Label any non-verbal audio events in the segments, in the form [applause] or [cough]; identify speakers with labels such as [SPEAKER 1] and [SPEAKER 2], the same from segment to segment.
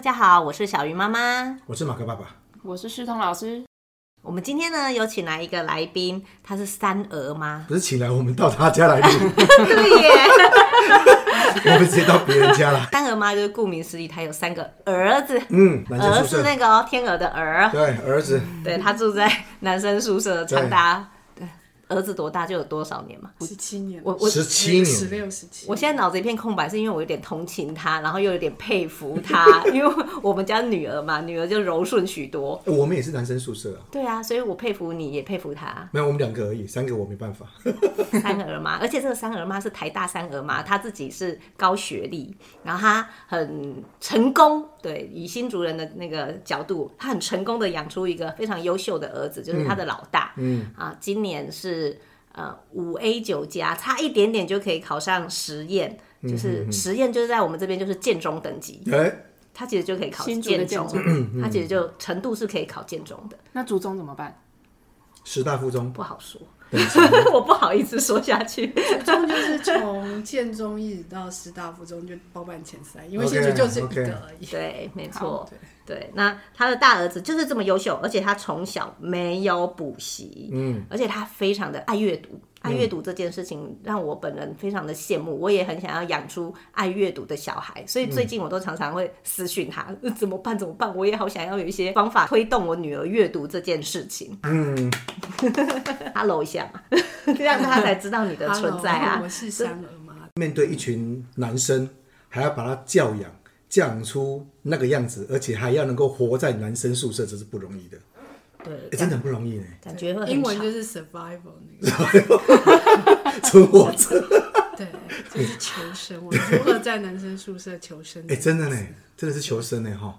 [SPEAKER 1] 家好，我是小鱼妈妈。
[SPEAKER 2] 我是马克爸爸。
[SPEAKER 3] 我是世彤老师，
[SPEAKER 1] 我们今天呢，有请来一个来宾，他是三儿吗？
[SPEAKER 2] 不是请来我们到他家来录，
[SPEAKER 1] 对耶，
[SPEAKER 2] 我们直接到别人家了。
[SPEAKER 1] [laughs] 三儿妈就是顾名思义，她有三个儿子，
[SPEAKER 2] 嗯，男
[SPEAKER 1] 儿
[SPEAKER 2] 生
[SPEAKER 1] 是
[SPEAKER 2] 宿舍，
[SPEAKER 1] 那个哦，天鹅的鹅。
[SPEAKER 2] 对，儿子
[SPEAKER 1] 对，她住在男生宿舍，
[SPEAKER 2] 对
[SPEAKER 1] 长大儿子多大就有多少年嘛。
[SPEAKER 3] 十七年，
[SPEAKER 1] 我我
[SPEAKER 2] 十七
[SPEAKER 3] 十
[SPEAKER 2] 年，
[SPEAKER 3] 六十七，
[SPEAKER 1] 我现在脑子一片空白，是因为我有点同情她，然后又有点佩服
[SPEAKER 2] [laughs]
[SPEAKER 1] 她，因为我们家女儿嘛，女儿就柔顺许多。
[SPEAKER 2] 我们也是男生宿舍啊。
[SPEAKER 1] 对啊，所以我佩服你，也佩服她。
[SPEAKER 2] 没有，我们两个而已，三个我没办法。
[SPEAKER 3] [laughs]
[SPEAKER 1] 三儿妈，而且这个三儿妈是台大三儿妈，她自己是高学历，然后她很成功，对，以新族人的那个角度，她很成功的养出一个非常优秀的儿子，就是她的老大，
[SPEAKER 2] 嗯，
[SPEAKER 1] 啊，今年是呃五 A 九加，差一点点就可以考上实验，
[SPEAKER 3] 嗯
[SPEAKER 1] 就是实验就是在我们这边就是建中等级，
[SPEAKER 2] 哎，
[SPEAKER 1] 她其实就可以考
[SPEAKER 3] 新竹的
[SPEAKER 1] 建中
[SPEAKER 3] 建，嗯
[SPEAKER 1] 她其实就程度是可以考建中的，
[SPEAKER 3] 那祖宗怎么办？
[SPEAKER 2] 师大附中，
[SPEAKER 1] 不好说，
[SPEAKER 2] 对
[SPEAKER 1] [laughs] 我不好意思说下去。
[SPEAKER 4] 中就是从建中一直到师大附中就包办前三，因为
[SPEAKER 2] OK，
[SPEAKER 4] 新竹就是一
[SPEAKER 2] OK
[SPEAKER 4] 个而已。
[SPEAKER 1] 对，没错
[SPEAKER 3] 好，
[SPEAKER 1] 对。那他的大儿子就是这么优秀，而且他从小没有补习，
[SPEAKER 2] 嗯，
[SPEAKER 1] 而且他非常的爱阅
[SPEAKER 4] 嗯
[SPEAKER 1] 读，爱阅读这件事情让我本人非常的羡慕，我也很想要养出爱阅读的小孩，
[SPEAKER 4] 嗯
[SPEAKER 1] 所以最近我都常常会私讯他， [laughs] 呃怎么办？怎么办？我也好想要有一些方法推动我女儿阅读这件事情。嗯 [laughs] ，hello 一下嘛， [laughs] 这样他才知道你的存在
[SPEAKER 4] Hello，
[SPEAKER 1] 啊
[SPEAKER 4] 我。是三儿妈，
[SPEAKER 2] 面对一群男生，还要把他教养，教养出那个样子，而且还要能够活在男生宿舍，这是不容易的，
[SPEAKER 1] 对，
[SPEAKER 2] 哎，真的很不容易呢。
[SPEAKER 1] 感觉会很
[SPEAKER 4] 英文
[SPEAKER 1] 吵
[SPEAKER 4] 就是 survival 那个，
[SPEAKER 2] 存活者，
[SPEAKER 4] 对，就是求生。我如何在男生宿舍求生？
[SPEAKER 2] 哎，真的呢，真的是求生呢，哈。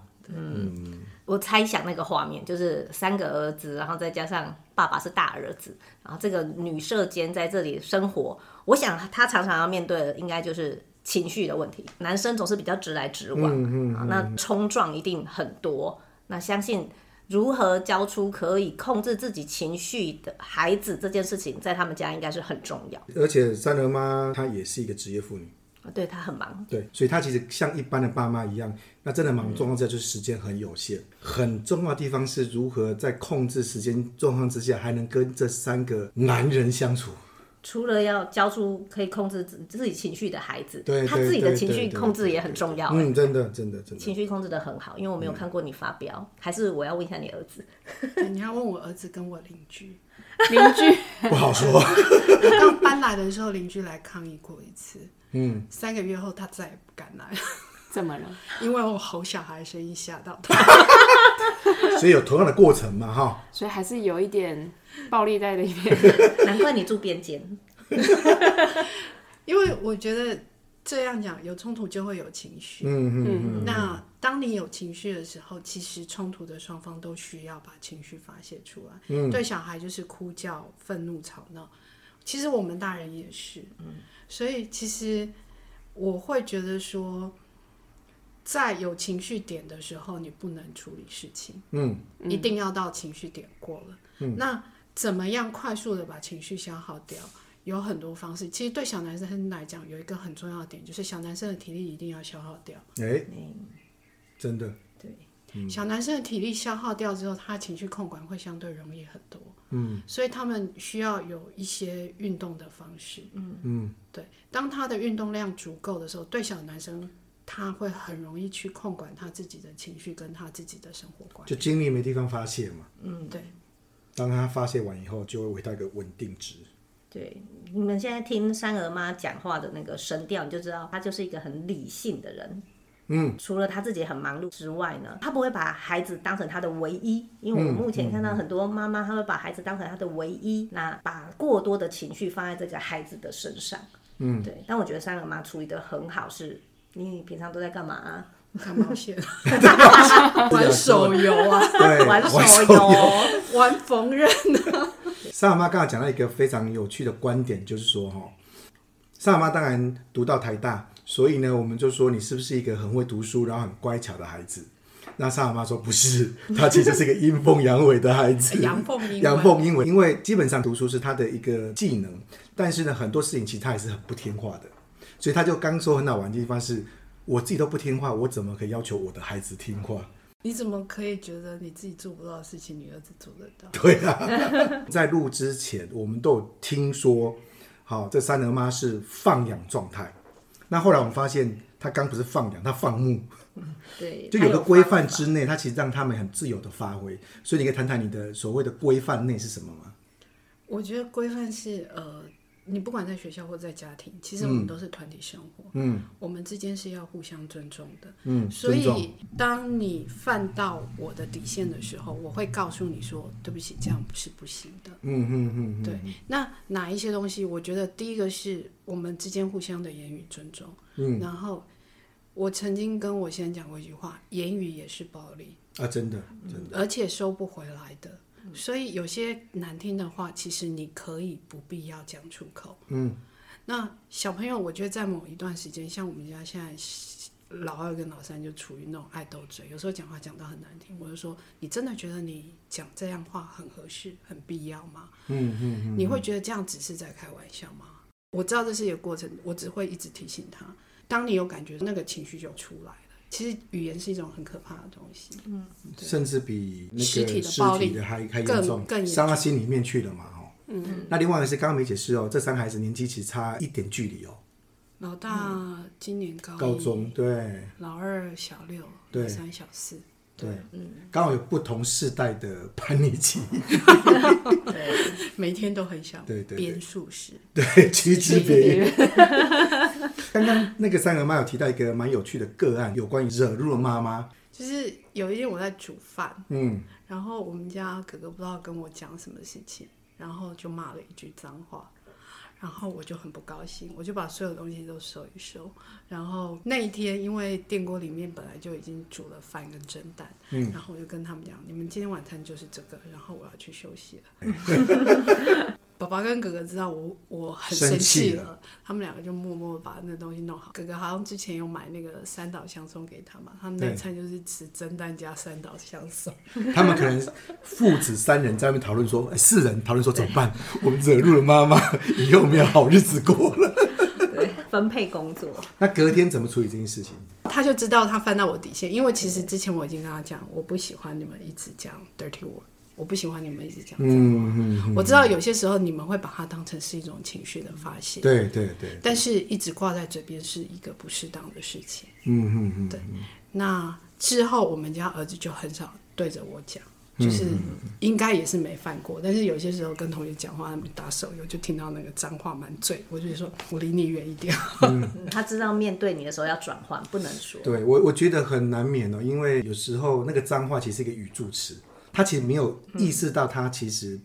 [SPEAKER 1] 我猜想那个画面就是三个儿子，然后再加上爸爸是大儿子，然后这个女舍监在这里生活。我想她常常要面对的应该就是情绪的问题。男生总是比较直来直往，
[SPEAKER 2] 嗯
[SPEAKER 1] 啊那冲撞一定很多。那相信如何教出可以控制自己情绪的孩子这件事情，在他们家应该是很重要。
[SPEAKER 2] 而且三儿妈她也是一个职业妇女。
[SPEAKER 1] 对她很忙，
[SPEAKER 2] 对，所以他其实像一般的爸妈一样，那真的
[SPEAKER 1] 嗯
[SPEAKER 2] 忙的状况之下就是时间很有限。很重要的地方是如何在控制时间状况之下，还能跟这三个男人相处。
[SPEAKER 1] 除了要教出可以控制自自己情绪的孩子，
[SPEAKER 2] 对
[SPEAKER 1] 他
[SPEAKER 2] 对
[SPEAKER 1] 自己的
[SPEAKER 2] 对
[SPEAKER 1] 情
[SPEAKER 2] 对
[SPEAKER 1] 绪
[SPEAKER 2] 对
[SPEAKER 1] 控制
[SPEAKER 2] 对
[SPEAKER 1] 也很重要。欸
[SPEAKER 2] 嗯，真的，真的，真的。
[SPEAKER 1] 情绪控制的很好，因为我没有看过你发飙，还是我要问一下你儿子， [laughs]
[SPEAKER 4] 对你要问我儿子跟我邻居，
[SPEAKER 3] [laughs] 邻居
[SPEAKER 2] 不好
[SPEAKER 1] [laughs]
[SPEAKER 2] 说。
[SPEAKER 4] 我刚搬来的时候，邻居来抗议过一次，
[SPEAKER 2] 嗯，
[SPEAKER 4] 三个月后他再也不敢来，
[SPEAKER 3] 怎么了？
[SPEAKER 4] 因为我吼小孩的声音吓到他。
[SPEAKER 2] 所以有同样的过程嘛，哈。
[SPEAKER 3] 所以还是有一点暴力在里面。
[SPEAKER 1] 难怪你住边间，
[SPEAKER 4] 因为我觉得这样讲有冲突就会有情绪，
[SPEAKER 2] 嗯嗯嗯。
[SPEAKER 4] 那当你有情绪的时候，其实冲突的双方都需要把情绪发泄出来。
[SPEAKER 2] 嗯
[SPEAKER 4] 对小孩就是哭叫、愤怒、吵闹，其实我们大人也是。
[SPEAKER 2] 嗯
[SPEAKER 4] 所以其实我会觉得说，在有情绪点的时候，你不能处理事情，
[SPEAKER 2] 嗯，
[SPEAKER 4] 一定要到情绪点过了。那怎么样快速的把情绪消耗掉？有很多方式，其实对小男生来讲，有一个很重要的点，就是小男生的体力一定要消耗掉。
[SPEAKER 2] 哎、真
[SPEAKER 1] 嗯
[SPEAKER 2] 的，
[SPEAKER 4] 小男生的体力消耗掉之后，他情绪控管会相对容易很多。嗯，所以他们需要有一些运动的方式。嗯嗯，对，当他的运动量足够的时候，对小男生他会很容易去控管他自己的情绪跟他自己的生活观。
[SPEAKER 2] 就精力没地方发泄嘛。
[SPEAKER 4] 嗯，对，
[SPEAKER 2] 当他发泄完以后，就会回到一个稳定值。
[SPEAKER 1] 对，你们现在听三儿妈讲话的那个声调，你就知道她就是一个很理性的人。嗯，除了她自己很忙碌之外呢，她不会把孩子当成她的唯一，因为我们目前看到很多妈妈，她会把孩子当成她的唯一，那把过多的情绪放在这个孩子的身上。嗯，对。但我觉得三儿妈处理的很好是，你平常都在干嘛啊、
[SPEAKER 4] [laughs] 看毛线，玩手游啊，
[SPEAKER 1] [laughs]
[SPEAKER 2] 对，
[SPEAKER 1] 玩手
[SPEAKER 2] 玩游
[SPEAKER 1] 游。
[SPEAKER 4] 玩缝 [laughs] 纫啊。。
[SPEAKER 2] 萨妈刚才讲到一个非常有趣的观点，就是说哈，萨妈当然读到台大，所以呢，我们就说你是不是一个很会读书，然后很乖巧的孩子？那萨妈说不是，她其实是一个阴奉阳违的孩子
[SPEAKER 4] [laughs] 阳奉阴违
[SPEAKER 2] 阳奉阴违，因为基本上读书是她的一个技能，但是呢，很多事情其实她也是很不听话的，所以她就刚说很好玩的地方是，我自己都不听话，我怎么可以要求我的孩子听话？
[SPEAKER 4] 你怎么可以觉得你自己做不到的事情，你儿子做得到？
[SPEAKER 2] 对啊，在录之前，我们都有听说，好，这三儿妈是放养状态。那后来我们发现，她刚不是放养，她放牧，
[SPEAKER 1] 对，
[SPEAKER 2] 就
[SPEAKER 1] 它
[SPEAKER 2] 有个规范
[SPEAKER 1] 方
[SPEAKER 2] 之内，它其实让他们很自由的发挥。所以你可以谈谈你的所谓的规范内是什么吗？
[SPEAKER 4] 我觉得规范是呃，你不管在学校或在家庭，其实我们都是团体生活，
[SPEAKER 2] 嗯，
[SPEAKER 4] 我们之间是要互相尊重的。
[SPEAKER 2] 嗯，
[SPEAKER 4] 所
[SPEAKER 2] 尊重
[SPEAKER 4] 以，当你犯到我的底线的时候，我会告诉你说：“对不起，这样是不行的。
[SPEAKER 2] 嗯嗯嗯，嗯
[SPEAKER 4] 对，那哪一些东西？我觉得第一个是我们之间互相的言语尊重。嗯，然后我曾经跟我先生讲过一句话：言语也是暴力。
[SPEAKER 2] 啊，真的，真
[SPEAKER 4] 而且收不回来的。所以有些难听的话，其实你可以不必要讲出口。嗯，那小朋友，我觉得在某一段时间，像我们家现在老二跟老三就处于那种爱斗嘴，有时候讲话讲到很难听，我就说：“你真的觉得你讲这样话很合适、很必要吗？”
[SPEAKER 2] 嗯嗯嗯，
[SPEAKER 4] 你会觉得这样只是在开玩笑吗？我知道这是一个过程，我只会一直提醒他。当你有感觉，那个情绪就出来了。其实语言是一种很可怕的东西。
[SPEAKER 2] 甚至比那个
[SPEAKER 4] 实
[SPEAKER 2] 尸
[SPEAKER 4] 体
[SPEAKER 2] 体
[SPEAKER 4] 的暴力
[SPEAKER 2] 的还还
[SPEAKER 4] 更
[SPEAKER 2] 严重，
[SPEAKER 4] 更严
[SPEAKER 2] 伤到心里面去了嘛，哦。嗯，那另外一个是刚刚没解释哦，这三个孩子年纪其实差一点距离哦，
[SPEAKER 4] 老大今年高一
[SPEAKER 2] 高中，对
[SPEAKER 4] 老二小六，
[SPEAKER 2] 对
[SPEAKER 4] 老三小四， [laughs]
[SPEAKER 2] 对，刚好有不同世代的叛逆期，
[SPEAKER 1] 法对，
[SPEAKER 4] 每天都很小，
[SPEAKER 2] 对对对
[SPEAKER 4] 编数十，
[SPEAKER 2] [laughs] 对，趋之别远。 [laughs] 刚刚那个三个妈有提到一个蛮有趣的个案，有关于惹怒了妈妈，
[SPEAKER 4] 就是有一天我在煮饭，
[SPEAKER 2] 嗯，
[SPEAKER 4] 然后我们家哥哥不知道跟我讲什么事情，然后就骂了一句脏话，然后我就很不高兴，我就把所有东西都收一收。然后那一天，因为电锅里面本来就已经煮了饭跟蒸蛋，嗯，然后我就跟他们讲，你们今天晚餐就是这个，然后我要去休息了。爸爸跟哥哥知道我我很生
[SPEAKER 2] 生气
[SPEAKER 4] 气
[SPEAKER 2] 了
[SPEAKER 4] 了，他们两个就默默把那东西弄好。哥哥好像之前有买那个三岛香松给他嘛，他们那
[SPEAKER 2] 对
[SPEAKER 4] 餐就是吃蒸蛋加三岛香松。
[SPEAKER 2] 他们可能父子三人在那边讨论说，哎四人讨论说怎么 [laughs] 办，我们惹怒了妈妈，以后没有好日子过了。
[SPEAKER 1] 对，分配工作，
[SPEAKER 2] 那隔天怎么处理这件事情？
[SPEAKER 4] 他就知道他犯到我底线，因为其实之前我已经跟他讲，我不喜欢你们一直讲 dirty word，我不喜欢你们一直讲。
[SPEAKER 2] 嗯嗯嗯，
[SPEAKER 4] 我知道有些时候你们会把它当成是一种情绪的发泄，
[SPEAKER 2] 对对对，
[SPEAKER 4] 但是一直挂在嘴边是一个不适当的事情。
[SPEAKER 2] 嗯嗯嗯，对，
[SPEAKER 4] 那之后我们家儿子就很少对着我讲，
[SPEAKER 2] 嗯
[SPEAKER 4] 就是应该也是没犯过，但是有些时候跟同学讲话，他们打手游就听到那个脏话满嘴，我就说我离你远一点。
[SPEAKER 1] 嗯他知道面对你的时候要转换，不能说。
[SPEAKER 2] 对我我觉得很难免哦，因为有时候那个脏话其实是一个语助词，他其实没有意识到他其实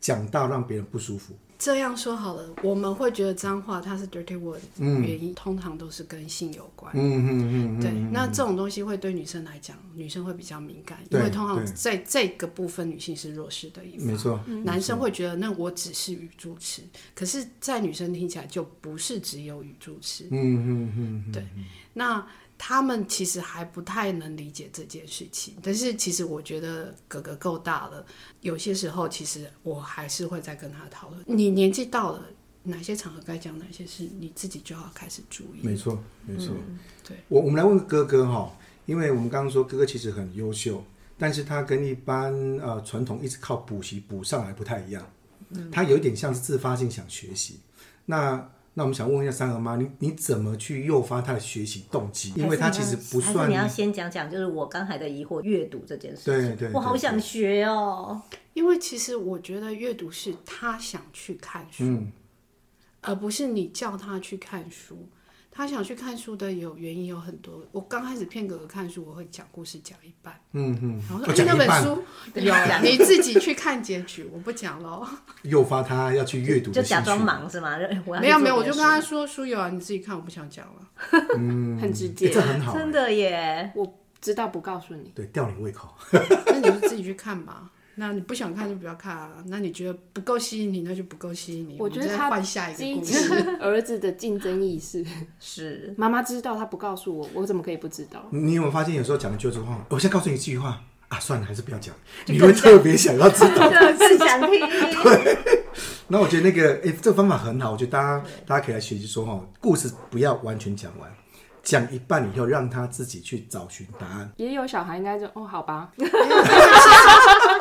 [SPEAKER 2] 讲到让别人不舒服。
[SPEAKER 4] 这样说好了，我们会觉得脏话它是 dirty word，原因、通常都是跟性有关。
[SPEAKER 2] 嗯嗯嗯
[SPEAKER 4] 对，那这种东西会对女生来讲，女生会比较敏感，因
[SPEAKER 2] 对
[SPEAKER 4] 为通常
[SPEAKER 2] 对
[SPEAKER 4] 在这个部分女性是弱势的一
[SPEAKER 2] 没
[SPEAKER 4] 方。
[SPEAKER 2] 错，
[SPEAKER 4] 男生会觉得那我只是语助词，可是，在女生听起来就不是只有语助词。
[SPEAKER 2] 嗯嗯嗯，
[SPEAKER 4] 对，那他们其实还不太能理解这件事情，但是其实我觉得哥哥够大了，有些时候其实我还是会再跟他讨论。你年纪到了，哪些场合该讲，哪些事你自己就要开始注意。
[SPEAKER 2] 没错没错。
[SPEAKER 4] 对，
[SPEAKER 2] 我我们来问哥哥哈，因为我们刚刚说哥哥其实很优秀，但是他跟一般呃传统一直靠补习补上来不太一样，他有点像是自发性想学习。那那我们想问一下三儿妈，你你怎么去诱发他的学习动机？因为他
[SPEAKER 1] 还是
[SPEAKER 2] 其
[SPEAKER 1] 你
[SPEAKER 2] 实
[SPEAKER 1] 要
[SPEAKER 2] 不
[SPEAKER 1] 还是
[SPEAKER 2] 算
[SPEAKER 1] 你要先讲讲，就是我刚才的疑惑，阅读这件事
[SPEAKER 2] 对
[SPEAKER 1] 情，
[SPEAKER 2] 对
[SPEAKER 1] 我
[SPEAKER 2] 对
[SPEAKER 1] 好
[SPEAKER 2] 对
[SPEAKER 1] 想学哦。
[SPEAKER 4] 因为其实我觉得阅读是他想去看书，
[SPEAKER 2] 嗯
[SPEAKER 4] 而不是你叫他去看书。他想去看书的有原因有很多。我刚开始骗哥哥看书，我会讲故事讲一半，
[SPEAKER 2] 嗯嗯，
[SPEAKER 4] 然后
[SPEAKER 2] 我
[SPEAKER 4] 说、哎
[SPEAKER 2] 讲
[SPEAKER 4] 那
[SPEAKER 2] 一
[SPEAKER 4] 本
[SPEAKER 2] 半
[SPEAKER 4] 书有，你自己去看结局，我不讲喽。
[SPEAKER 2] 诱发他要去阅读
[SPEAKER 1] 就
[SPEAKER 2] 的兴
[SPEAKER 1] 假
[SPEAKER 2] 趣，
[SPEAKER 1] 装忙是吗？ [laughs] 哎我要去
[SPEAKER 4] 没有
[SPEAKER 1] 做
[SPEAKER 4] 没有，我
[SPEAKER 1] 别
[SPEAKER 4] 就
[SPEAKER 1] 的
[SPEAKER 4] 跟他说书有啊，你自己看，我不想讲了。
[SPEAKER 3] 很直
[SPEAKER 2] 欸
[SPEAKER 3] 接，
[SPEAKER 2] 这很
[SPEAKER 1] 事
[SPEAKER 2] 好、欸
[SPEAKER 1] 真的耶，
[SPEAKER 3] 我知道不告诉你，
[SPEAKER 2] 对，吊你胃口。
[SPEAKER 4] 那你就自己去看吧。那你不想看就不要看啊。那你觉得不够吸引你，那就不够吸引你。
[SPEAKER 3] 我觉得
[SPEAKER 4] 们
[SPEAKER 3] 他
[SPEAKER 4] 再换下一个
[SPEAKER 3] 激
[SPEAKER 4] 故
[SPEAKER 3] 起
[SPEAKER 4] 事。
[SPEAKER 3] [laughs] 儿子的竞争意识。 [laughs]
[SPEAKER 1] 是 [laughs]
[SPEAKER 3] 妈妈知道，她不告诉我，我怎么可以不知道？
[SPEAKER 2] 你有没有发现，有时候讲的就是话，我先告诉你一句话啊，算了，还是不要讲，你会特别想要知道。
[SPEAKER 1] 真的更想
[SPEAKER 2] [laughs]
[SPEAKER 1] 听。
[SPEAKER 2] 那我觉得那个，哎、这个方法很好，我觉得大家大家可以来学习说哈，故事不要完全讲完，讲一半以后，让他自己去找寻答案。
[SPEAKER 3] 也有小孩应该就哦，好吧，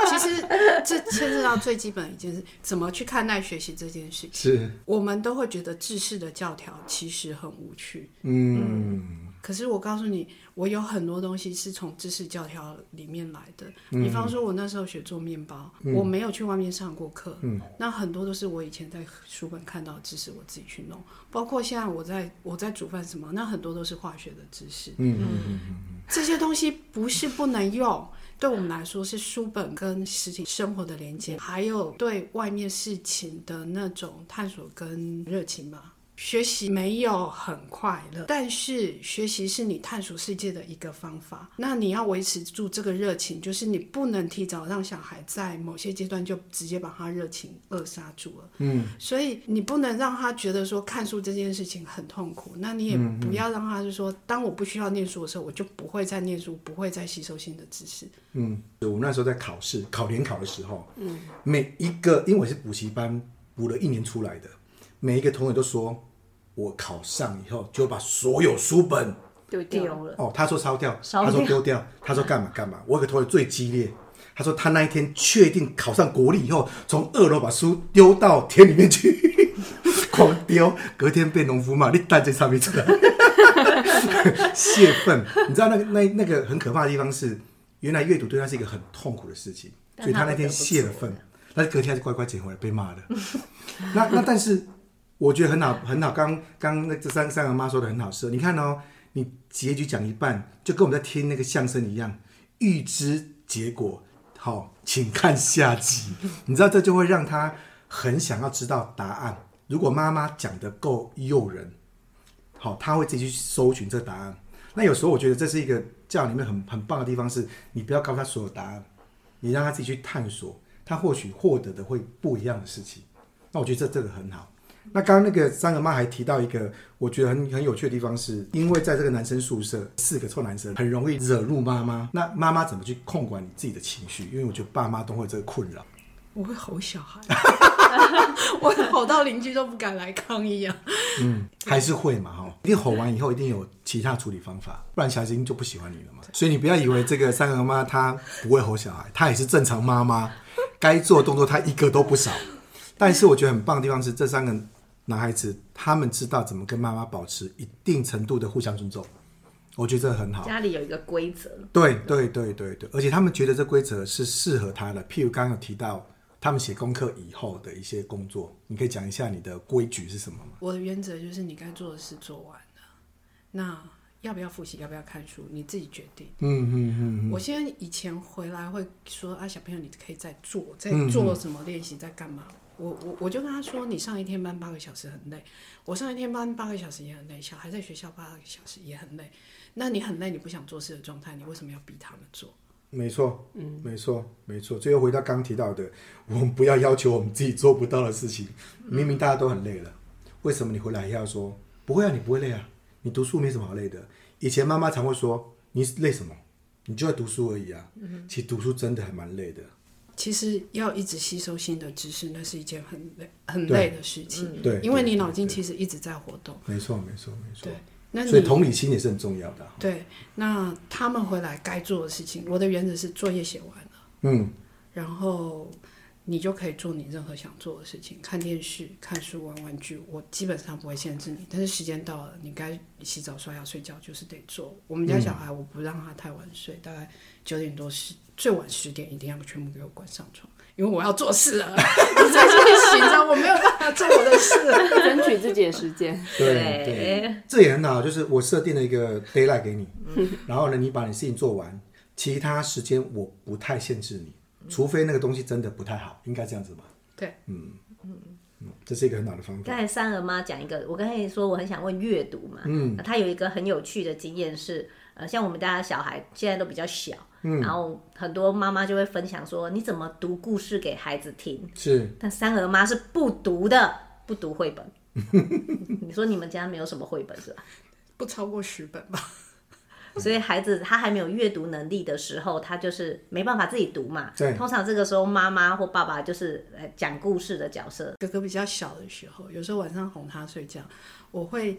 [SPEAKER 4] 其实这牵涉到最基本的一件事，怎么去看待学习这件事情。
[SPEAKER 2] 是，
[SPEAKER 4] 我们都会觉得制式的教条其实很无趣，
[SPEAKER 2] 嗯，
[SPEAKER 4] 可是我告诉你，我有很多东西是从知识教条里面来的。
[SPEAKER 2] 嗯
[SPEAKER 4] 比方说，我那时候学做面包，我没有去外面上过课，
[SPEAKER 2] 嗯
[SPEAKER 4] 那很多都是我以前在书本看到的知识，我自己去弄。包括现在我在我在煮饭什么，那很多都是化学的知识。嗯这些东西不是不能用。对我们来说是书本跟实体生活的连接，还有对外面事情的那种探索跟热情吧。学习没有很快乐，但是学习是你探索世界的一个方法。那你要维持住这个热情，就是你不能提早让小孩在某些阶段就直接把他热情扼杀住了。嗯，所以你不能让他觉得说看书这件事情很痛苦，那你也不要让他就说，当我不需要念书的时候，我就不会再念书，不会再吸收新的知识。
[SPEAKER 2] 我们那时候在考试，考联考的时候，嗯，每一个，因为我是补习班补了一年出来的，每一个同学都说，我考上以后就把所有书本
[SPEAKER 3] 丢
[SPEAKER 1] 丢
[SPEAKER 3] 掉。
[SPEAKER 1] 了，
[SPEAKER 2] 哦，他说烧掉，
[SPEAKER 1] 烧
[SPEAKER 2] 他说
[SPEAKER 1] 掉
[SPEAKER 2] 丢掉，他说干嘛干嘛。我有个同学最激烈，他说他那一天确定考上国立以后，从二楼把书丢到田里面去， [laughs] 狂丢，隔天被农夫骂，你蛋这上面出来，泄愤。 [laughs] 你知道那个那那个很可怕的地方是，原来阅读对他是一个很痛苦的事情，
[SPEAKER 1] 但
[SPEAKER 2] 所以
[SPEAKER 1] 他
[SPEAKER 2] 他
[SPEAKER 1] 不
[SPEAKER 2] 那
[SPEAKER 1] 得
[SPEAKER 2] 天
[SPEAKER 1] 不
[SPEAKER 2] 泄了
[SPEAKER 1] 做
[SPEAKER 2] 愤，但是隔天还是乖乖捡回来被骂的。 [laughs] 那那但是我觉得很好很好，刚刚那这三三个妈说的很好是，你看哦，你结局讲一半，就跟我们在听那个相声一样，预知结果，好、请看下集。 [laughs] 你知道这就会让他很想要知道答案。如果妈妈讲的够诱人，好、他会自己去搜寻这个答案。那有时候我觉得这是一个教养里面很很棒的地方是，你不要告诉他所有答案，你让他自己去探索，他或许获得的会不一样的事情。那我觉得这这个很好。那刚刚那个三个妈还提到一个，我觉得很很有趣的地方是，因为在这个男生宿舍，四个臭男生很容易惹怒妈妈。那妈妈怎么去控管你自己的情绪？因为我觉得爸妈都会有这个困扰。
[SPEAKER 4] 我会吼小孩， [laughs] 我吼到邻居都不敢来抗议啊！
[SPEAKER 2] 嗯，还是会嘛哈，一定吼完以后一定有其他处理方法，不然小孩子一定就不喜欢你了嘛。所以你不要以为这个三个妈她不会吼小孩，她也是正常妈妈，该做的动作她一个都不少。但是我觉得很棒的地方是，这三个男孩子他们知道怎么跟妈妈保持一定程度的互相尊重，我觉得这很好。
[SPEAKER 1] 家里有一个规则，
[SPEAKER 2] 对对对对对，而且他们觉得这规则是适合他的。譬如刚刚有提到他们写功课以后的一些工作，你可以讲一下你的规矩是什么吗？
[SPEAKER 4] 我的原则就是你该做的事做完了，那要不要复习，要不要看书，你自己决定。
[SPEAKER 2] 嗯嗯嗯。
[SPEAKER 4] 我现在以前回来会说啊，小朋友，你可以再做，在
[SPEAKER 2] 嗯
[SPEAKER 4] 做什么练习，在干嘛？我我我就跟他说，你上一天班八个小时很累，我上一天班八个小时也很累，小孩在学校八个小时也很累。那你很累，你不想做事的状态，你为什么要逼他们做？
[SPEAKER 2] 没错，嗯，没错，没错。最后回到刚提到的， [laughs] 我们不要要求我们自己做不到的事情。
[SPEAKER 4] 嗯
[SPEAKER 2] 明明大家都很累了，为什么你回来还要说不会啊？你不会累啊？你读书没什么好累的。以前妈妈常会说你累什么？你就在读书而已啊。
[SPEAKER 4] 嗯
[SPEAKER 2] 其实读书真的还蛮累的。
[SPEAKER 4] 其实要一直吸收新的知识，那是一件很累很累的事情。
[SPEAKER 2] 嗯对
[SPEAKER 4] 因为
[SPEAKER 2] 对对
[SPEAKER 4] 你脑筋
[SPEAKER 2] 对
[SPEAKER 4] 其实一直在活动。
[SPEAKER 2] 没错，没错，没错
[SPEAKER 4] 对。，那
[SPEAKER 2] 所以
[SPEAKER 4] 你
[SPEAKER 2] 同理心也是很重要的啊。
[SPEAKER 4] 对，那他们回来该做的事情，我的原则是作业写完了，
[SPEAKER 2] 嗯，
[SPEAKER 4] 然后你就可以做你任何想做的事情，看电视、看书、玩玩具，我基本上不会限制你。但是时间到了，你该洗澡、刷牙、睡觉就是得做。我们家小孩我不让他太晚睡，大概九点多十最晚十点一定要全部给我关上床。因为我要做事了， [laughs] 你再继续寻找，我没有办法做我的事了。
[SPEAKER 3] [laughs] 争取自己的时间。 [laughs]
[SPEAKER 2] 对对，这也很好，就是我设定了一个 d a y l i g h t 给
[SPEAKER 1] 嗯
[SPEAKER 2] 你，然后呢，你把你事情做完，其他时间我不太限制你，
[SPEAKER 1] 嗯
[SPEAKER 2] 除非那个东西真的不太好，应该这样子吧？
[SPEAKER 4] 对，
[SPEAKER 2] 嗯，这是一个很好的方法。
[SPEAKER 1] 刚才三儿妈讲一个，我刚才说我很想问阅读嘛，嗯，她有一个很有趣的经验是，呃，像我们家的小孩现在都比较小，嗯，然后很多妈妈就会分享说，你怎么读故事给孩子听？
[SPEAKER 2] 是，
[SPEAKER 1] 但三儿妈是不读的，不读绘本。 [laughs] 你说你们家没有什么绘本是吧？
[SPEAKER 4] 不超过十本吧。
[SPEAKER 1] 所以孩子他还没有阅读能力的时候，他就是没办法自己读嘛。
[SPEAKER 2] 对
[SPEAKER 1] 通常这个时候妈妈或爸爸就是呃讲故事的角色，
[SPEAKER 4] 哥哥比较小的时候，有时候晚上哄他睡觉，我会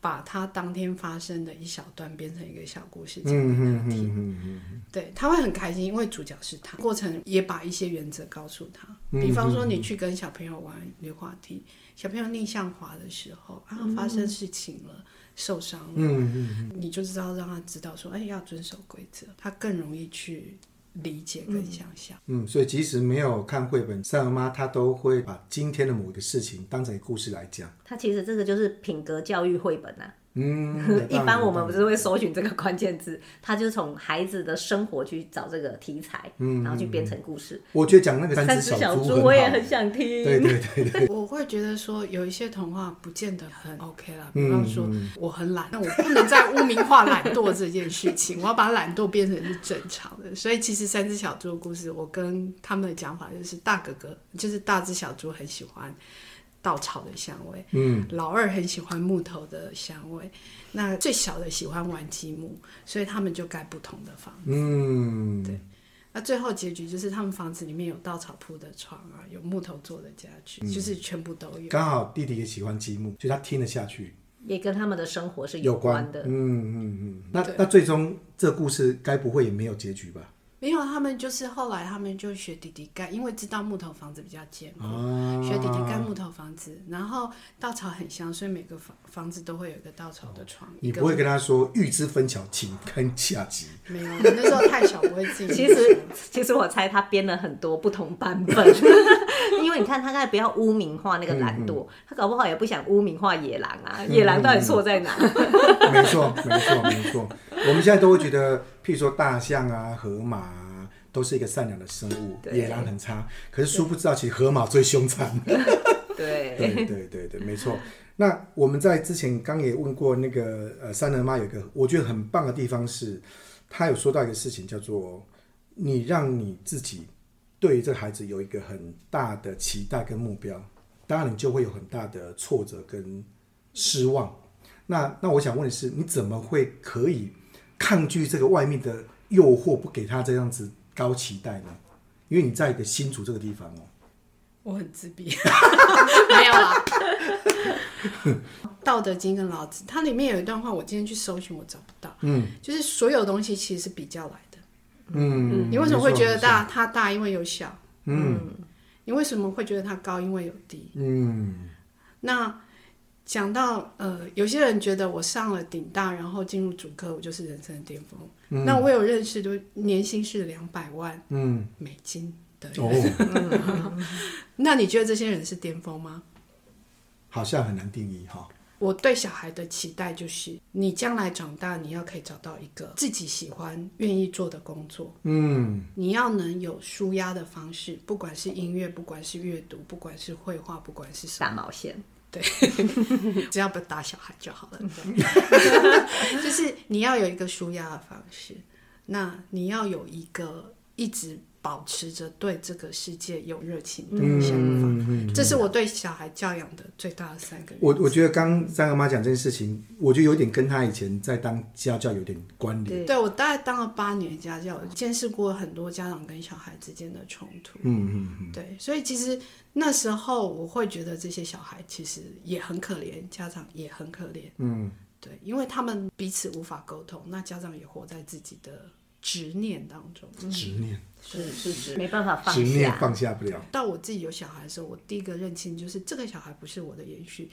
[SPEAKER 4] 把他当天发生的一小段变成一个小故事
[SPEAKER 2] 嗯
[SPEAKER 4] 讲
[SPEAKER 2] 嗯嗯
[SPEAKER 4] 给他听。
[SPEAKER 2] 嗯嗯
[SPEAKER 4] 对，他会很开心，因为主角是他。过程也把一些原则告诉他，比方说你去跟小朋友玩溜滑梯，小朋友逆向滑的时候啊，发生事情了，受伤了，
[SPEAKER 2] 嗯
[SPEAKER 4] 你就知道让他知道说，哎，要遵守规则，他更容易去理解跟想象。
[SPEAKER 2] 嗯，所以即使没有看绘本，三儿妈她都会把今天的某一个事情当成一个故事来讲。
[SPEAKER 1] 它其实这个就是品格教育绘本啊。，
[SPEAKER 2] 嗯
[SPEAKER 1] [laughs] 一般我们不
[SPEAKER 2] 是
[SPEAKER 1] 是会搜寻这个关键字， [laughs] 它就从孩子的生活去找这个题材，
[SPEAKER 2] 嗯
[SPEAKER 1] 然后去编成故事。
[SPEAKER 2] 我觉得讲那个
[SPEAKER 1] 三
[SPEAKER 2] 只
[SPEAKER 1] 只小
[SPEAKER 2] 猪很
[SPEAKER 1] 猪，我也
[SPEAKER 2] 好
[SPEAKER 1] 很想听。
[SPEAKER 2] 对对对对，
[SPEAKER 4] 我会觉得说，有一些童话不见得很 OK 啦，比方说我很懒，那我不能再污名化懒惰这件事情，我要把懒惰变成是正常的。所以其实三只小猪的故事，我跟他们的讲法就是，大哥哥就是大只小猪很喜欢稻草的香味，嗯，老二很喜欢木头的香味，那最小的喜欢玩积木，所以他们就盖不同的房子。
[SPEAKER 2] 嗯，
[SPEAKER 4] 那最后结局就是他们房子里面有稻草铺的床啊，有木头做的家具，就是全部都有。
[SPEAKER 2] 刚好弟弟也喜欢积木，所以他听得下去，
[SPEAKER 1] [laughs] 也跟他们的生活是
[SPEAKER 2] 有
[SPEAKER 1] 关的。
[SPEAKER 2] 嗯嗯嗯。那
[SPEAKER 4] 对
[SPEAKER 2] 那最终这故事该不会也没有结局吧？
[SPEAKER 4] 没有，他们就是后来他们就学弟弟盖，因为知道木头房子比较坚固，
[SPEAKER 2] 啊，
[SPEAKER 4] 学弟弟盖木头房子，然后稻草很香，所以每个房房子都会有一个稻草的床。
[SPEAKER 2] 你
[SPEAKER 4] 一个
[SPEAKER 2] 不会跟他说预知分晓，请看下集。
[SPEAKER 4] 没有，那时候太小不会 [laughs] 自己。
[SPEAKER 1] 其实，其实我猜他编了很多不同版本， [laughs] 因为你看他刚才不要污名化那个懒
[SPEAKER 2] 嗯
[SPEAKER 1] 惰，他搞不好也不想污名化野狼啊。野狼到底错在
[SPEAKER 2] [laughs]
[SPEAKER 1] 哪？
[SPEAKER 2] 没错，没错，没错。我们现在都会觉得，譬如说大象啊、河马啊，都是一个善良的生物，
[SPEAKER 1] 对
[SPEAKER 2] 野狼很差。可是殊不知道，其实河马最凶残。
[SPEAKER 1] 对，
[SPEAKER 2] 对对对对，没错。那我们在之前刚也问过那个呃三人妈有一个我觉得很棒的地方是，她有说到一个事情叫做你让你自己对于这个孩子有一个很大的期待跟目标，当然你就会有很大的挫折跟失望。那那我想问的是，你怎么会可以抗拒这个外面的诱惑，不给他这样子高期待呢？因为你在一个新竹这个地方哦，
[SPEAKER 4] 我很自闭， [laughs] 没有啦。 [laughs] 《道德经》跟老子，它里面有一段话，我今天去搜寻我找不到。嗯，就是所有东西其实是比较来的。
[SPEAKER 2] 嗯，
[SPEAKER 4] 你为什么会觉得
[SPEAKER 2] 没错
[SPEAKER 4] 大？它大，因为有小。嗯，你为什么会觉得它高？因为有低。
[SPEAKER 2] 嗯，
[SPEAKER 4] 那讲到呃，有些人觉得我上了顶大，然后进入主科，我就是人生的巅峰。那我有认识，就年薪是两百万
[SPEAKER 2] 嗯，
[SPEAKER 4] 美金的人。嗯
[SPEAKER 2] 哦，
[SPEAKER 4] [laughs] 那你觉得这些人是巅峰吗？
[SPEAKER 2] 好像很难定义哈。
[SPEAKER 4] 我对小孩的期待就是，你将来长大，你要可以找到一个自己喜欢、愿意做的工作。
[SPEAKER 2] 嗯
[SPEAKER 4] 你要能有舒压的方式，不管是音乐，不管是阅读，不管是绘画，不管是什
[SPEAKER 1] 大毛线。
[SPEAKER 4] 么， [laughs] 只要不打小孩就好了。
[SPEAKER 2] 嗯
[SPEAKER 4] 对 [laughs] 就是你要有一个舒压的方式，那你要有一个一直保持着对这个世界有热情的想法。
[SPEAKER 2] 嗯，
[SPEAKER 4] 这是我对小孩教养的最大的三个原则。
[SPEAKER 2] 我我觉得刚三阿妈讲这件事情，我觉得有点跟她以前在当家教有点关联。
[SPEAKER 4] 对我大概当了八年家教，见识过很多家长跟小孩之间的冲突。
[SPEAKER 2] 嗯嗯嗯，
[SPEAKER 4] 对，所以其实那时候我会觉得这些小孩其实也很可怜，家长也很可怜。嗯，对，因为他们彼此无法沟通，那家长也活在自己的执念当中。嗯
[SPEAKER 2] 执念，
[SPEAKER 1] 是是是，没办法放
[SPEAKER 2] 执念
[SPEAKER 1] 下。
[SPEAKER 2] 放下不了。
[SPEAKER 4] 到我自己有小孩的时候，我第一个认清就是这个小孩不是我的延续，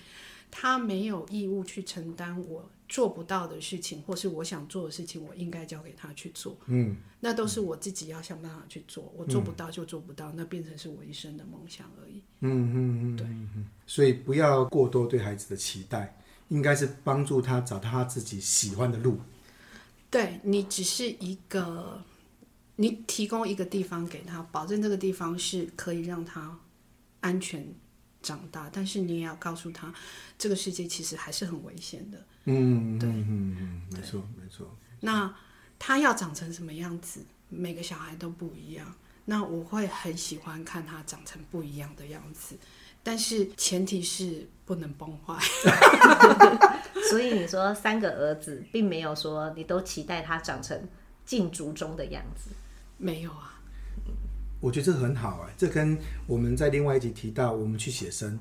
[SPEAKER 4] 他没有义务去承担我做不到的事情，或是我想做的事情，我应该交给他去做。嗯，那都是我自己要想办法去做，我做不到就做不到，那变成是我一生的梦想而已。
[SPEAKER 2] 嗯嗯嗯，对。所以不要过多对孩子的期待，应该是帮助他找到他自己喜欢的路。
[SPEAKER 4] 对你只是一个，你提供一个地方给他，保证这个地方是可以让他安全长大，但是你也要告诉他，这个世界其实还是很危险的。
[SPEAKER 2] 嗯，对，嗯嗯，没错没错。
[SPEAKER 4] 那他要长成什么样子，每个小孩都不一样。那我会很喜欢看他长成不一样的样子，但是前提是不能崩坏。 [laughs]
[SPEAKER 1] [laughs] 所以你说三个儿子，并没有说你都期待他长成禁足中的样子。
[SPEAKER 4] 没有啊，
[SPEAKER 2] 我觉得这很好哎、
[SPEAKER 1] 嗯
[SPEAKER 2] 这跟我们在另外一集提到，我们去写生，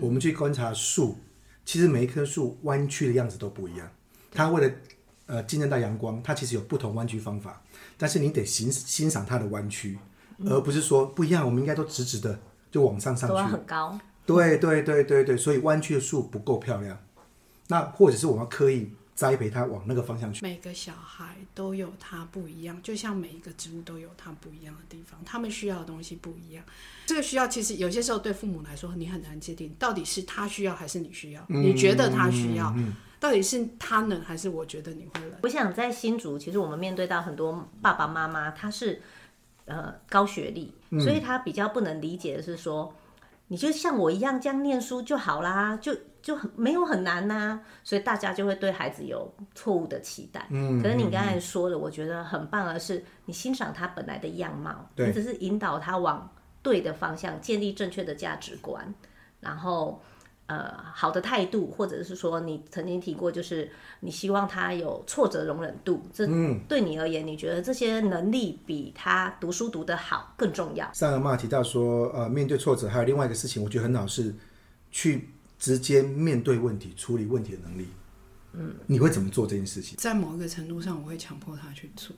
[SPEAKER 2] 我们去观察树，其实每一棵树弯曲的样子都不一样。它为了呃见证到阳光，它其实有不同弯曲方法，但是你得欣欣赏它的弯曲，而不是说不一样，我们应该都直直的就往上上
[SPEAKER 1] 嗯都要
[SPEAKER 2] 去。
[SPEAKER 1] 很高，
[SPEAKER 2] 对对对对对，所以弯曲的树不够漂亮，那或者是我们要刻意栽培它往那个方向去。
[SPEAKER 4] 每个小孩都有他不一样，就像每一个植物都有它不一样的地方，他们需要的东西不一样。这个需要其实有些时候对父母来说，你很难界定到底是他需要还是你需要，你觉得他需要，到底是他冷还是我觉得你会冷？
[SPEAKER 1] 我想在新竹，其实我们面对到很多爸爸妈妈，他是呃高学历，所以他比较不能理解的是说，你就像我一样这样念书就好啦，就就很没有很难呐、所以大家就会对孩子有错误的期待。嗯，可是你刚才说的，我觉得很棒的是，你欣赏他本来的样貌，
[SPEAKER 2] 对
[SPEAKER 1] 你只是引导他往对的方向，建立正确的价值观，然后。呃，好的态度，或者是说你曾经提过，就是你希望他有挫折容忍度，这
[SPEAKER 2] 嗯
[SPEAKER 1] 对你而言，你觉得这些能力比他读书读得好更重要？
[SPEAKER 2] 上阿妈提到说，呃，面对挫折还有另外一个事情，我觉得很好是去直接面对问题、处理问题的能力。嗯，你会怎么做这件事情？
[SPEAKER 4] 在某一个程度上，我会强迫他去做。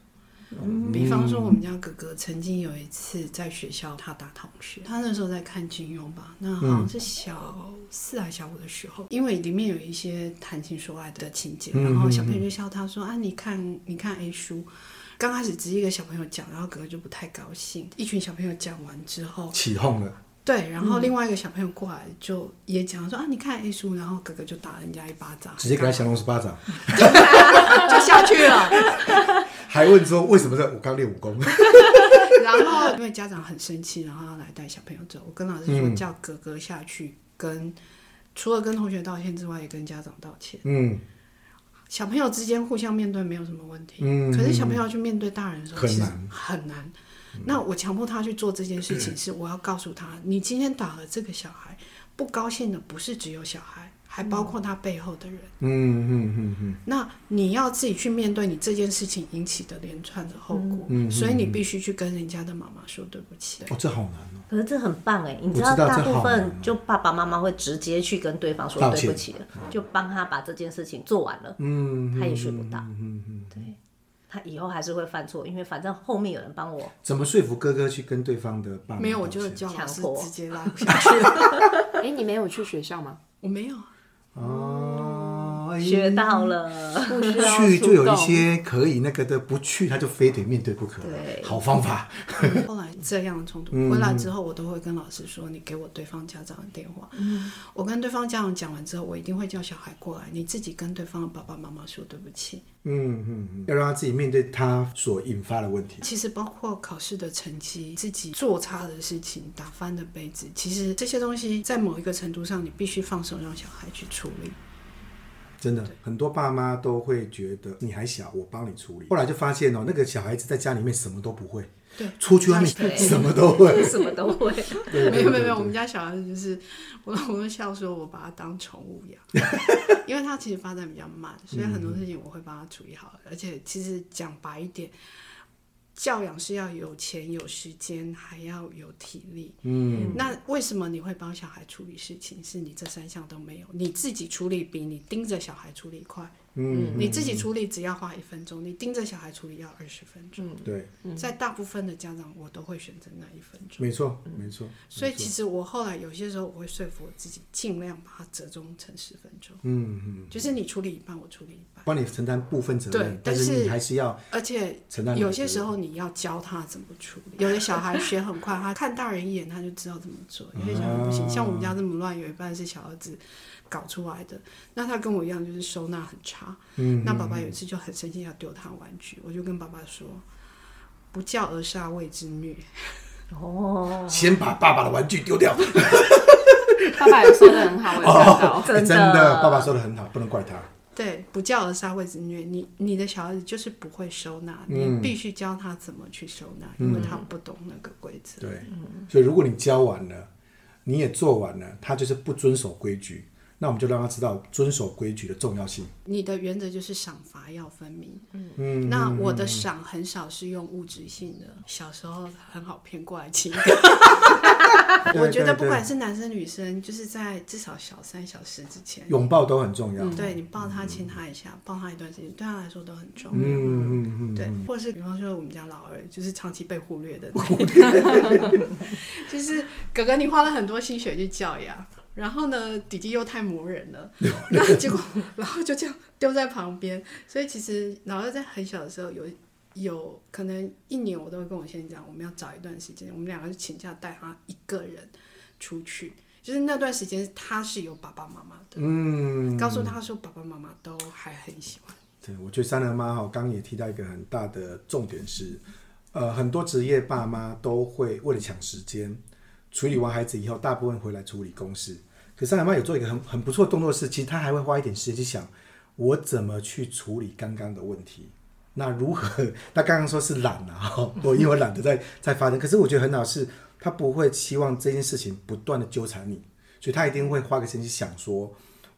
[SPEAKER 2] 嗯
[SPEAKER 4] 比方说，我们家哥哥曾经有一次在学校，他打同学，他那时候在看金庸吧，那好
[SPEAKER 2] 嗯
[SPEAKER 4] 像是小四还是小五的时候，因为里面有一些谈情说爱的情
[SPEAKER 2] 嗯
[SPEAKER 4] 节，然后小朋友就笑他说：“啊，你看，你看 A 书。”刚开始只是一个小朋友讲，然后哥哥就不太高兴。一群小朋友讲完之后，
[SPEAKER 2] 起哄了，
[SPEAKER 4] 对，然
[SPEAKER 2] 嗯
[SPEAKER 4] 后另外一个小朋友过来就也讲说：“啊，你看 A 书。”然后哥哥就打人家一巴掌，
[SPEAKER 2] 直接给他降龙十八掌，
[SPEAKER 4] 就下去了。
[SPEAKER 2] 还问说为什么在我刚练武功？
[SPEAKER 4] [laughs] 然后因为家长很生气，然后要来带小朋友走，我跟老师说叫哥哥下去跟，除了跟同学道歉之外，也跟家长道歉。
[SPEAKER 2] 嗯，
[SPEAKER 4] 小朋友之间互相面对没有什么问题，
[SPEAKER 2] 嗯
[SPEAKER 4] 可是小朋友要去面对大人的时候，
[SPEAKER 2] 很
[SPEAKER 4] 其实
[SPEAKER 2] 难嗯
[SPEAKER 4] 很难。那我强迫他去做这件事情，是我要告诉他，你今天打了这个小孩，不高兴的不是只有小孩，还包括他背后的人。
[SPEAKER 2] 嗯嗯嗯嗯，
[SPEAKER 4] 那你要自己去面对你这件事情引起的连串的后果，
[SPEAKER 2] 嗯
[SPEAKER 4] 所以你必须去跟人家的妈妈说对不起。
[SPEAKER 2] 哦，这好难哦。
[SPEAKER 1] 可是这很棒哎，你知
[SPEAKER 2] 我
[SPEAKER 1] 道
[SPEAKER 2] 知道
[SPEAKER 1] 大
[SPEAKER 2] 这好
[SPEAKER 1] 部分
[SPEAKER 2] 难哦
[SPEAKER 1] 就爸爸妈妈会直接去跟对方说
[SPEAKER 2] 道
[SPEAKER 1] 对
[SPEAKER 2] 歉
[SPEAKER 1] 不起了，就帮他把这件事情做完了，
[SPEAKER 2] 嗯，
[SPEAKER 1] 他也学不到，
[SPEAKER 2] 嗯嗯，
[SPEAKER 1] 对他以后还是会犯错，因为反正后面有人帮我，
[SPEAKER 2] 怎么说服哥哥去跟对方的爸妈道歉？
[SPEAKER 4] 没有，我就叫老师
[SPEAKER 1] 强迫
[SPEAKER 4] 直接拉下去了。 [laughs]
[SPEAKER 3] 哎、你没有去学校吗？
[SPEAKER 4] 我没有，啊
[SPEAKER 2] 哦，哎
[SPEAKER 1] 嗯学到了，
[SPEAKER 3] 不需要
[SPEAKER 2] 去就有一
[SPEAKER 3] 主动
[SPEAKER 2] 些可以那个的，不去他就非得面对不可。
[SPEAKER 1] 对
[SPEAKER 2] 好方法。
[SPEAKER 4] 后来这样的冲突回来之后，我都会跟老师说，你给我对方家长的电话。我跟对方家长讲完之后，我一定会叫小孩过来，你自己跟对方的爸爸妈妈说对不起。
[SPEAKER 2] 嗯嗯嗯，要让他自己面对他所引发的问题。
[SPEAKER 4] 其实包括考试的成绩、自己做差的事情、打翻的杯子，其实这些东西在某一个程度上，你必须放手让小孩去处理。
[SPEAKER 2] 真的，很多爸妈都会觉得你还小，我帮你处理。后来就发现哦，那个小孩子在家里面什么都不会，
[SPEAKER 4] 对，
[SPEAKER 2] 出去外面 [laughs]
[SPEAKER 1] 对
[SPEAKER 2] 什么都
[SPEAKER 4] [laughs]
[SPEAKER 2] 会。
[SPEAKER 1] 什么都会，
[SPEAKER 2] 对
[SPEAKER 4] 没有没有没
[SPEAKER 2] 对
[SPEAKER 4] 有，我们家小孩子就是我 [laughs] 老公笑说，我把他当宠物养， [laughs] 因为他其实发展比较慢，所以很多事情我会帮他处理好。而且其实讲白一点，教养是要有钱、有时间，还要有体力。嗯，那为什么你会帮小孩处理事情？是你这三项都没有，你自己处理比你盯着小孩处理快。嗯，你自己处理只要花一分钟，你盯着小孩处理要二十分钟。
[SPEAKER 2] 对，
[SPEAKER 4] 在大部分的家长，我都会选择那一分钟。
[SPEAKER 2] 没错
[SPEAKER 4] 嗯
[SPEAKER 2] 没错。
[SPEAKER 4] 所以其实我后来有些时候我会说服我自己，尽量把它折中成十分钟，
[SPEAKER 2] 嗯嗯，
[SPEAKER 4] 就是你处理一半，我处理一半，
[SPEAKER 2] 帮你承担部分责任
[SPEAKER 4] 对，
[SPEAKER 2] 但
[SPEAKER 4] 但是
[SPEAKER 2] 你还是要
[SPEAKER 4] 而且
[SPEAKER 2] 嗯承担你的责任。
[SPEAKER 4] 有些时候你要教他怎么处理。有的小孩学很快，他看大人一眼他就知道怎么做；有些小孩不行，
[SPEAKER 2] 啊
[SPEAKER 4] 像我们家这么乱，有一半是小儿子搞出来的。那他跟我一样，就是收纳很差。嗯，那爸爸有一次就很生气，要丢他玩具，我就跟爸爸说：“不教而杀，谓之虐。”
[SPEAKER 1] 哦，
[SPEAKER 2] 先把爸爸的玩具丢
[SPEAKER 4] [laughs]
[SPEAKER 2] 掉。
[SPEAKER 3] 爸爸也说的很好，我有
[SPEAKER 2] [laughs]
[SPEAKER 3] 看到。
[SPEAKER 1] 真的
[SPEAKER 2] 哎真的，爸爸说的很好，不能怪他。
[SPEAKER 4] 对，不教而杀谓之虐。你你的小孩子就是不会收纳，
[SPEAKER 2] 嗯
[SPEAKER 4] 你必须教他怎么去收纳，因为他不懂那个规则。嗯
[SPEAKER 2] 对，所以如果你教完了，你也做完了，他就是不遵守规矩，那我们就让他知道遵守规矩的重要性。
[SPEAKER 4] 你的原则就是赏罚要分明。嗯，那我的赏很少是用物质性的，小时候很好骗过来亲。我觉
[SPEAKER 2] 对对
[SPEAKER 4] 得不管是男生女生，就是在至少小三小四之前，
[SPEAKER 2] 拥抱都很重要。
[SPEAKER 4] 对你抱他亲他一下，抱他一段时间，对他来说都很重要。
[SPEAKER 2] 嗯嗯嗯，
[SPEAKER 4] 对，或者是比方说我们家老二，就是长期被忽
[SPEAKER 2] [laughs]
[SPEAKER 4] 略的，就是哥哥你花了很多心血去教养，然后呢，弟弟又太磨
[SPEAKER 2] [laughs]
[SPEAKER 4] 人了，那结果然后就这样丢在旁边，所以其实老二在很小的时候有。有可能一年我都会跟我先生讲，我们要找一段时间，我们两个就请假带他一个人出去，就是那段时间他是有爸爸妈妈的，
[SPEAKER 2] 嗯，
[SPEAKER 4] 告诉他说爸爸妈妈都还很喜欢，
[SPEAKER 2] 对，我觉得三人妈哈，刚刚也提到一个很大的重点是，呃，很多职业爸妈都会为了抢时间，处理完孩子以后，大部分回来处理公事。可三人妈有做一个很很不错的动作是，其实她还会花一点时间去想，我怎么去处理刚刚的问题。那如何？她刚刚说是懒啊，哦我因为懒得在 [laughs] 在发生。可是我觉得很好是，她不会期望这件事情不断的纠缠你，所以她一定会花个时间去想说，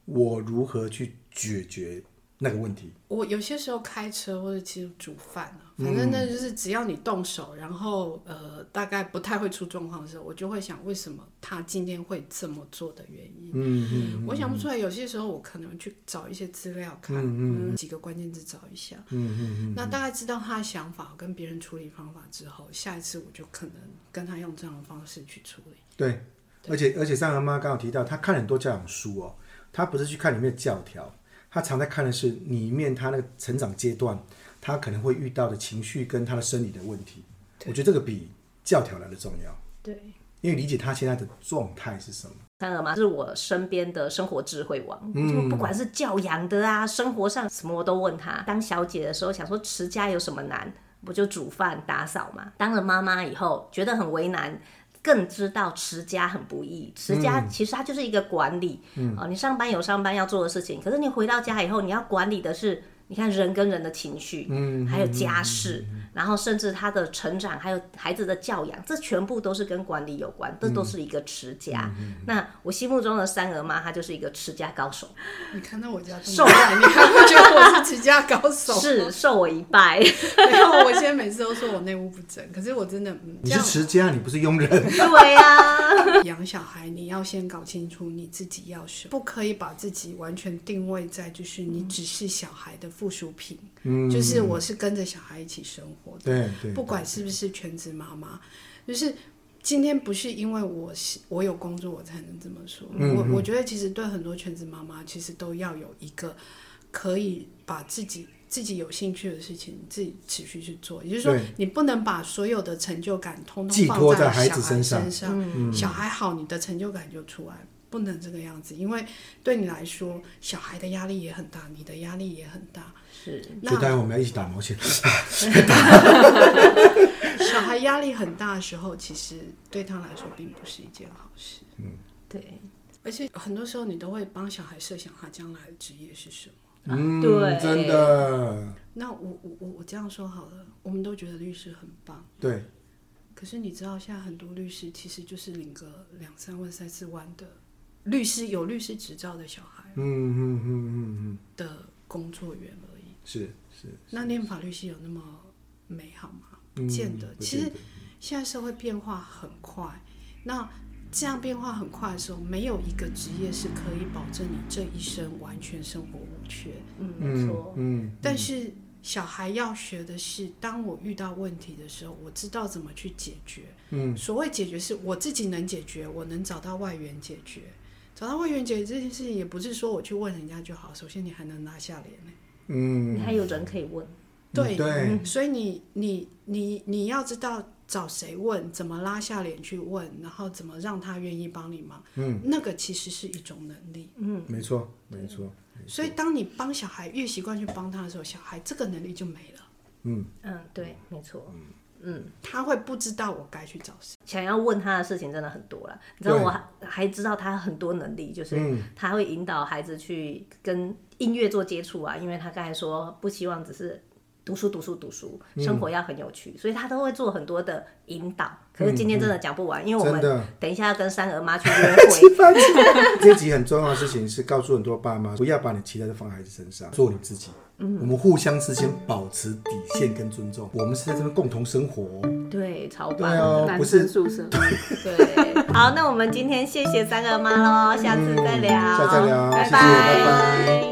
[SPEAKER 2] 我如何去解决那个问题。
[SPEAKER 4] 我有些时候开车或者其实煮饭啊，反正那就是只要你动手，然后呃，大概不太会出状况的时候，我就会想为什么他今天会这么做的原因。嗯嗯，我想不出来。有些时候我可能去找一些资料看，嗯几个关键字找一下，嗯嗯，那大概知道他的想法跟别人处理方法之后，下一次我就可能跟他用这样的方式去处理。
[SPEAKER 2] 对，而且而且三儿妈刚好提到，她看很多教养书哦，她不是去看里面的教条，她常在看的是里面她那个成长阶段，她可能会遇到的情绪跟她的生理的问题。我觉得这个比教条来的重要，
[SPEAKER 1] 对，
[SPEAKER 2] 因为理解她现在的状态是什么。
[SPEAKER 1] 三儿妈是我身边的生活智慧王，就不管是教养的啊，生活上什么我都问他。当小姐的时候想说持家有什么难，不就煮饭打扫嘛。当了妈妈以后，觉得很为难。更知道持家很不易，持家其实它就是一个管理，哦，你上班有上班要做的事情，可是你回到家以后，你要管理的是，你看人跟人的情绪，嗯，还有家事，然后甚至他的成长，还有孩子的教养，这全部都是跟管理有关，这都是一个持家。那我心目中的三儿妈，她就是一个持家高手，
[SPEAKER 4] 你看到我家这么乱，你还不觉得我是持家高手吗？
[SPEAKER 1] 是受我一拜。 [laughs]
[SPEAKER 4] [laughs] 没有，我现在每次都说我内务不整，可是我真的，嗯，
[SPEAKER 2] 你
[SPEAKER 4] 这
[SPEAKER 2] 是
[SPEAKER 4] 样
[SPEAKER 2] 持家，你不是佣人。
[SPEAKER 1] 对啊呀、
[SPEAKER 4] 养小孩，你要先搞清楚你自己要什么，不可以把自己完全定位在就是
[SPEAKER 2] 嗯
[SPEAKER 4] 你只是小孩的附属品，嗯，就是我是跟着小孩一起生活的，
[SPEAKER 2] 对对，
[SPEAKER 4] 不管是不是全职妈妈，就是。今天不是因为我是我有工作我才能这么说，
[SPEAKER 2] 嗯
[SPEAKER 4] 我我觉得其实对很多全职妈妈其实都要有一个可以把自己自己有兴趣的事情自己持续去做，也就是说
[SPEAKER 2] 对
[SPEAKER 4] 你不能把所有的成就感通
[SPEAKER 2] 寄
[SPEAKER 4] 通
[SPEAKER 2] 托
[SPEAKER 4] 放
[SPEAKER 2] 在孩
[SPEAKER 4] 孩
[SPEAKER 2] 子身
[SPEAKER 4] 身
[SPEAKER 2] 上嗯
[SPEAKER 4] 小孩好，你的成就感就出来。不能这个样子，因为对你来说，小孩的压力也很大，你的压力也很大。
[SPEAKER 1] 是
[SPEAKER 2] 所以待会我们要一起打毛线。
[SPEAKER 4] [laughs] 小孩压力很大的时候，其实对他来说并不是一件好事。
[SPEAKER 1] 对，
[SPEAKER 4] 而且很多时候，你都会帮小孩设想他将来的职业是什么。
[SPEAKER 2] 嗯，
[SPEAKER 1] 对
[SPEAKER 2] 真的，
[SPEAKER 4] 那我我我我这样说好了，我们都觉得律师很棒，
[SPEAKER 2] 对，
[SPEAKER 4] 可是你知道现在很多律师其实就是领个两三万、三四万的律师有律师执照的小孩
[SPEAKER 2] 嗯嗯嗯嗯嗯，
[SPEAKER 4] 的工作员而已。
[SPEAKER 2] 是是，
[SPEAKER 4] 那念法律系有那么美好吗？不
[SPEAKER 2] 嗯
[SPEAKER 4] 见得。
[SPEAKER 2] 不
[SPEAKER 4] 其
[SPEAKER 2] 见
[SPEAKER 4] 实
[SPEAKER 2] 得
[SPEAKER 4] 现在社会变化很快，那这样变化很快的时候，没有一个职业是可以保证你这一生完全生活无缺。
[SPEAKER 1] 嗯，没
[SPEAKER 2] 嗯
[SPEAKER 1] 错，
[SPEAKER 2] 嗯，
[SPEAKER 4] 但是小孩要学的是，当我遇到问题的时候，我知道怎么去解决。
[SPEAKER 2] 嗯，
[SPEAKER 4] 所谓解决是我自己能解决，我能找到外援解决。找到外援解决这件事情，也不是说我去问人家就好。首先，你还能拉下脸呢。
[SPEAKER 2] 嗯
[SPEAKER 1] 你，还有人可以问，
[SPEAKER 4] 对
[SPEAKER 2] 对，
[SPEAKER 4] 所以你你你你要知道找谁问，怎么拉下脸去问，然后怎么让他愿意帮你忙。嗯，那个其实是一种能力。
[SPEAKER 2] 没错没错。
[SPEAKER 4] 所以当你帮小孩越习惯去帮他的时候，小孩这个能力就没了，
[SPEAKER 1] 嗯，对，没错。
[SPEAKER 4] 他会不知道我该去找谁。
[SPEAKER 1] 想要问他的事情真的很多了。你知道
[SPEAKER 2] 对
[SPEAKER 1] 我还还知道他很多能力，就是他会引导孩子去跟音乐做接触啊，因为他刚才说不希望只是读书读书读书，生活要很有趣，所以他都会做很多的引导。可是今天真的讲不完，因为我
[SPEAKER 2] 真的
[SPEAKER 1] 们等一下要跟三儿妈去约会。 [laughs]
[SPEAKER 2] 这集很重要的事情是告诉很多爸妈， [laughs] 不要把你期待都放在孩子身上，做你自己。我们互相之间保持底线跟尊重，我们是在这边共同生活哦。
[SPEAKER 1] 对，啊超
[SPEAKER 2] 对
[SPEAKER 1] 棒的。
[SPEAKER 2] 哦，
[SPEAKER 3] 男
[SPEAKER 2] 不
[SPEAKER 3] 生
[SPEAKER 2] 是
[SPEAKER 3] 宿舍，
[SPEAKER 1] 对，嗯好，那我们今天谢谢三个妈喽，下次再聊，
[SPEAKER 2] 下次再聊
[SPEAKER 1] 拜
[SPEAKER 2] 谢谢
[SPEAKER 1] 拜
[SPEAKER 2] 拜